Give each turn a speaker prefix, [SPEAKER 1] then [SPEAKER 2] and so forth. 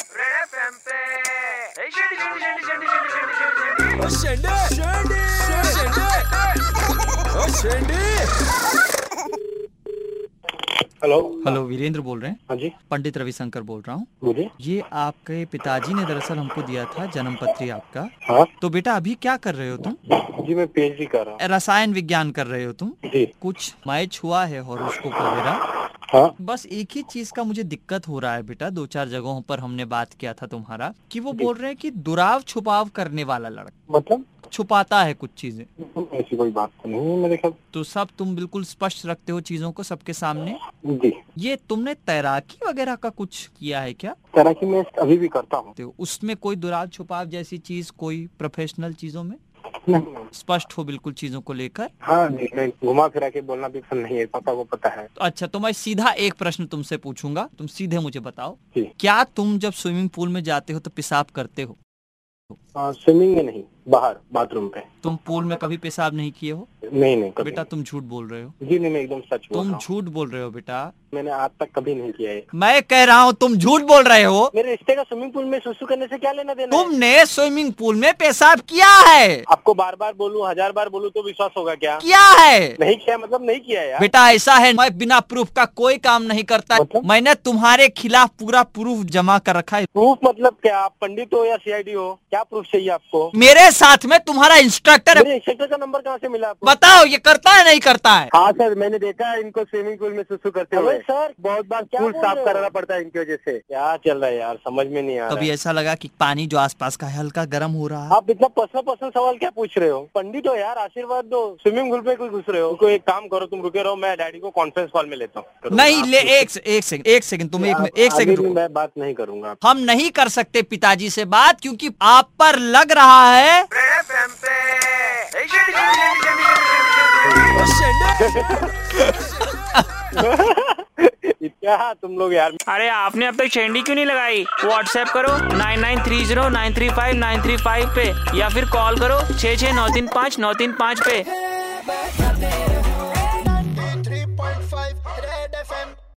[SPEAKER 1] FM पे ए, शेंडी, शेंडी, शेंडी, शेंडी, शेंडी, शेंडी, शेंडी, शेंडी।
[SPEAKER 2] शेंडे शेंडे शेंडे ओ शेंडे
[SPEAKER 3] हेलो
[SPEAKER 4] हेलो वीरेंद्र बोल रहे हैं
[SPEAKER 3] हाँ जी
[SPEAKER 4] पंडित रविशंकर बोल रहा हूँ
[SPEAKER 3] बोलिए
[SPEAKER 4] ये आपके पिताजी ने दरअसल हमको दिया था जन्म पत्री आपका
[SPEAKER 3] हाँ
[SPEAKER 4] तो बेटा अभी क्या कर रहे हो तुम
[SPEAKER 3] जी मैं पीएचडी कर रहा
[SPEAKER 4] रसायन विज्ञान कर रहे हो तुम
[SPEAKER 3] हूँ जी
[SPEAKER 4] कुछ मैच हुआ है हॉरोस्कोप वगैरह
[SPEAKER 3] हाँ
[SPEAKER 4] बस एक ही चीज का मुझे दिक्कत हो रहा है बेटा दो चार जगहों पर हमने बात किया था तुम्हारा कि वो बोल रहे हैं कि दुराव छुपाव करने वाला लड़का
[SPEAKER 3] मतलब
[SPEAKER 4] छुपाता है कुछ चीजें
[SPEAKER 3] ऐसी कोई बात तो नहीं है मेरे ख्याल
[SPEAKER 4] तो सब तुम बिल्कुल स्पष्ट रखते हो चीजों को सबके सामने
[SPEAKER 3] जी
[SPEAKER 4] ये तुमने तैराकी वगैरह का कुछ किया है क्या
[SPEAKER 3] तैराकी मैं अभी भी करता हूँ
[SPEAKER 4] सकते हो उसमें कोई दुराव छुपाव जैसी चीज कोई प्रोफेशनल चीजों में
[SPEAKER 3] नहीं
[SPEAKER 4] स्पष्ट हो बिल्कुल चीजों को लेकर
[SPEAKER 3] हाँ जी मैं घुमा फिरा के बोलना भी पसंद नहीं है पापा को पता है
[SPEAKER 4] तो अच्छा तो मैं सीधा एक प्रश्न तुमसे पूछूंगा तुम सीधे मुझे बताओ
[SPEAKER 3] जी।
[SPEAKER 4] क्या तुम जब स्विमिंग पूल में जाते हो तो पेशाब करते हो
[SPEAKER 3] हाँ, स्विमिंग में नहीं बाहर बाथरूम पे
[SPEAKER 4] तुम पूल में कभी पेशाब नहीं किए हो
[SPEAKER 3] नहीं नहीं हाँ। कभी
[SPEAKER 4] बेटा तुम झूठ बोल रहे हो
[SPEAKER 3] जी नहीं मैं एकदम सच बोल रहा
[SPEAKER 4] तुम
[SPEAKER 3] हूँ
[SPEAKER 4] झूठ बोल रहे हो बेटा
[SPEAKER 3] मैंने आज तक कभी नहीं किया है
[SPEAKER 4] मैं कह रहा हूँ तुम झूठ बोल रहे हो
[SPEAKER 3] मेरे रिश्ते का स्विमिंग पूल में सुसु करने से क्या लेना देना है?
[SPEAKER 4] तुमने स्विमिंग पूल में पेशाब किया है
[SPEAKER 3] आपको बार बार बोलूं हजार बार बोलूं तो विश्वास होगा क्या
[SPEAKER 4] किया है
[SPEAKER 3] नहीं किया मतलब नहीं किया यार
[SPEAKER 4] बेटा ऐसा है मैं बिना प्रूफ का कोई काम नहीं करता
[SPEAKER 3] मतलब?
[SPEAKER 4] मैंने तुम्हारे खिलाफ पूरा प्रूफ जमा कर रखा है
[SPEAKER 3] प्रूफ मतलब क्या आप पंडित हो या सीआईडी हो क्या प्रूफ चाहिए आपको
[SPEAKER 4] मेरे साथ में तुम्हारा इंस्ट्रक्टर है
[SPEAKER 3] मेरे इंस्ट्रक्टर का नंबर कहाँ से मिला आपको
[SPEAKER 4] बताओ ये करता है नहीं करता है
[SPEAKER 5] हाँ सर मैंने देखा है इनको स्विमिंग पूल में सुसु करते
[SPEAKER 3] अबे
[SPEAKER 5] हुए
[SPEAKER 3] सर
[SPEAKER 5] बहुत बार
[SPEAKER 3] क्या
[SPEAKER 5] पूल
[SPEAKER 3] बोल
[SPEAKER 5] साफ
[SPEAKER 3] रहे हो?
[SPEAKER 5] कराना पड़ता है इनकी वजह से
[SPEAKER 3] क्या चल रहा है यार समझ में नहीं आ रहा
[SPEAKER 4] कभी
[SPEAKER 3] है।
[SPEAKER 4] ऐसा लगा कि पानी जो आसपास का है हल्का गर्म हो रहा है
[SPEAKER 3] आप इतना पर्सनल पर्सनल सवाल क्या पूछ रहे हो पंडित हो यार आशीर्वाद दो स्विमिंग पूल पे कोई घुस रहे हो कोई एक काम करो तुम रुके रहो मैं डैडी को कॉन्फ्रेंस कॉल में लेता हूँ
[SPEAKER 4] नहीं ले एक से- एक सेकंड एक सेकंड तुम एक मिनट- एक सेकंड रुको
[SPEAKER 3] मैं बात नहीं करूंगा
[SPEAKER 4] हम नहीं कर सकते पिताजी से बात क्योंकि आप पर लग रहा है
[SPEAKER 1] रेड एफएम पे ए, शेंडी, शेंडी, शेंडी, शेंडी, शेंडी, शेंडी, शेंडी।
[SPEAKER 3] क्या तुम लोग यार
[SPEAKER 6] अरे आपने अब तक शेंडी क्यों नहीं लगाई व्हाट्सएप करो 9930935935 पे या फिर कॉल करो 66935 935 पे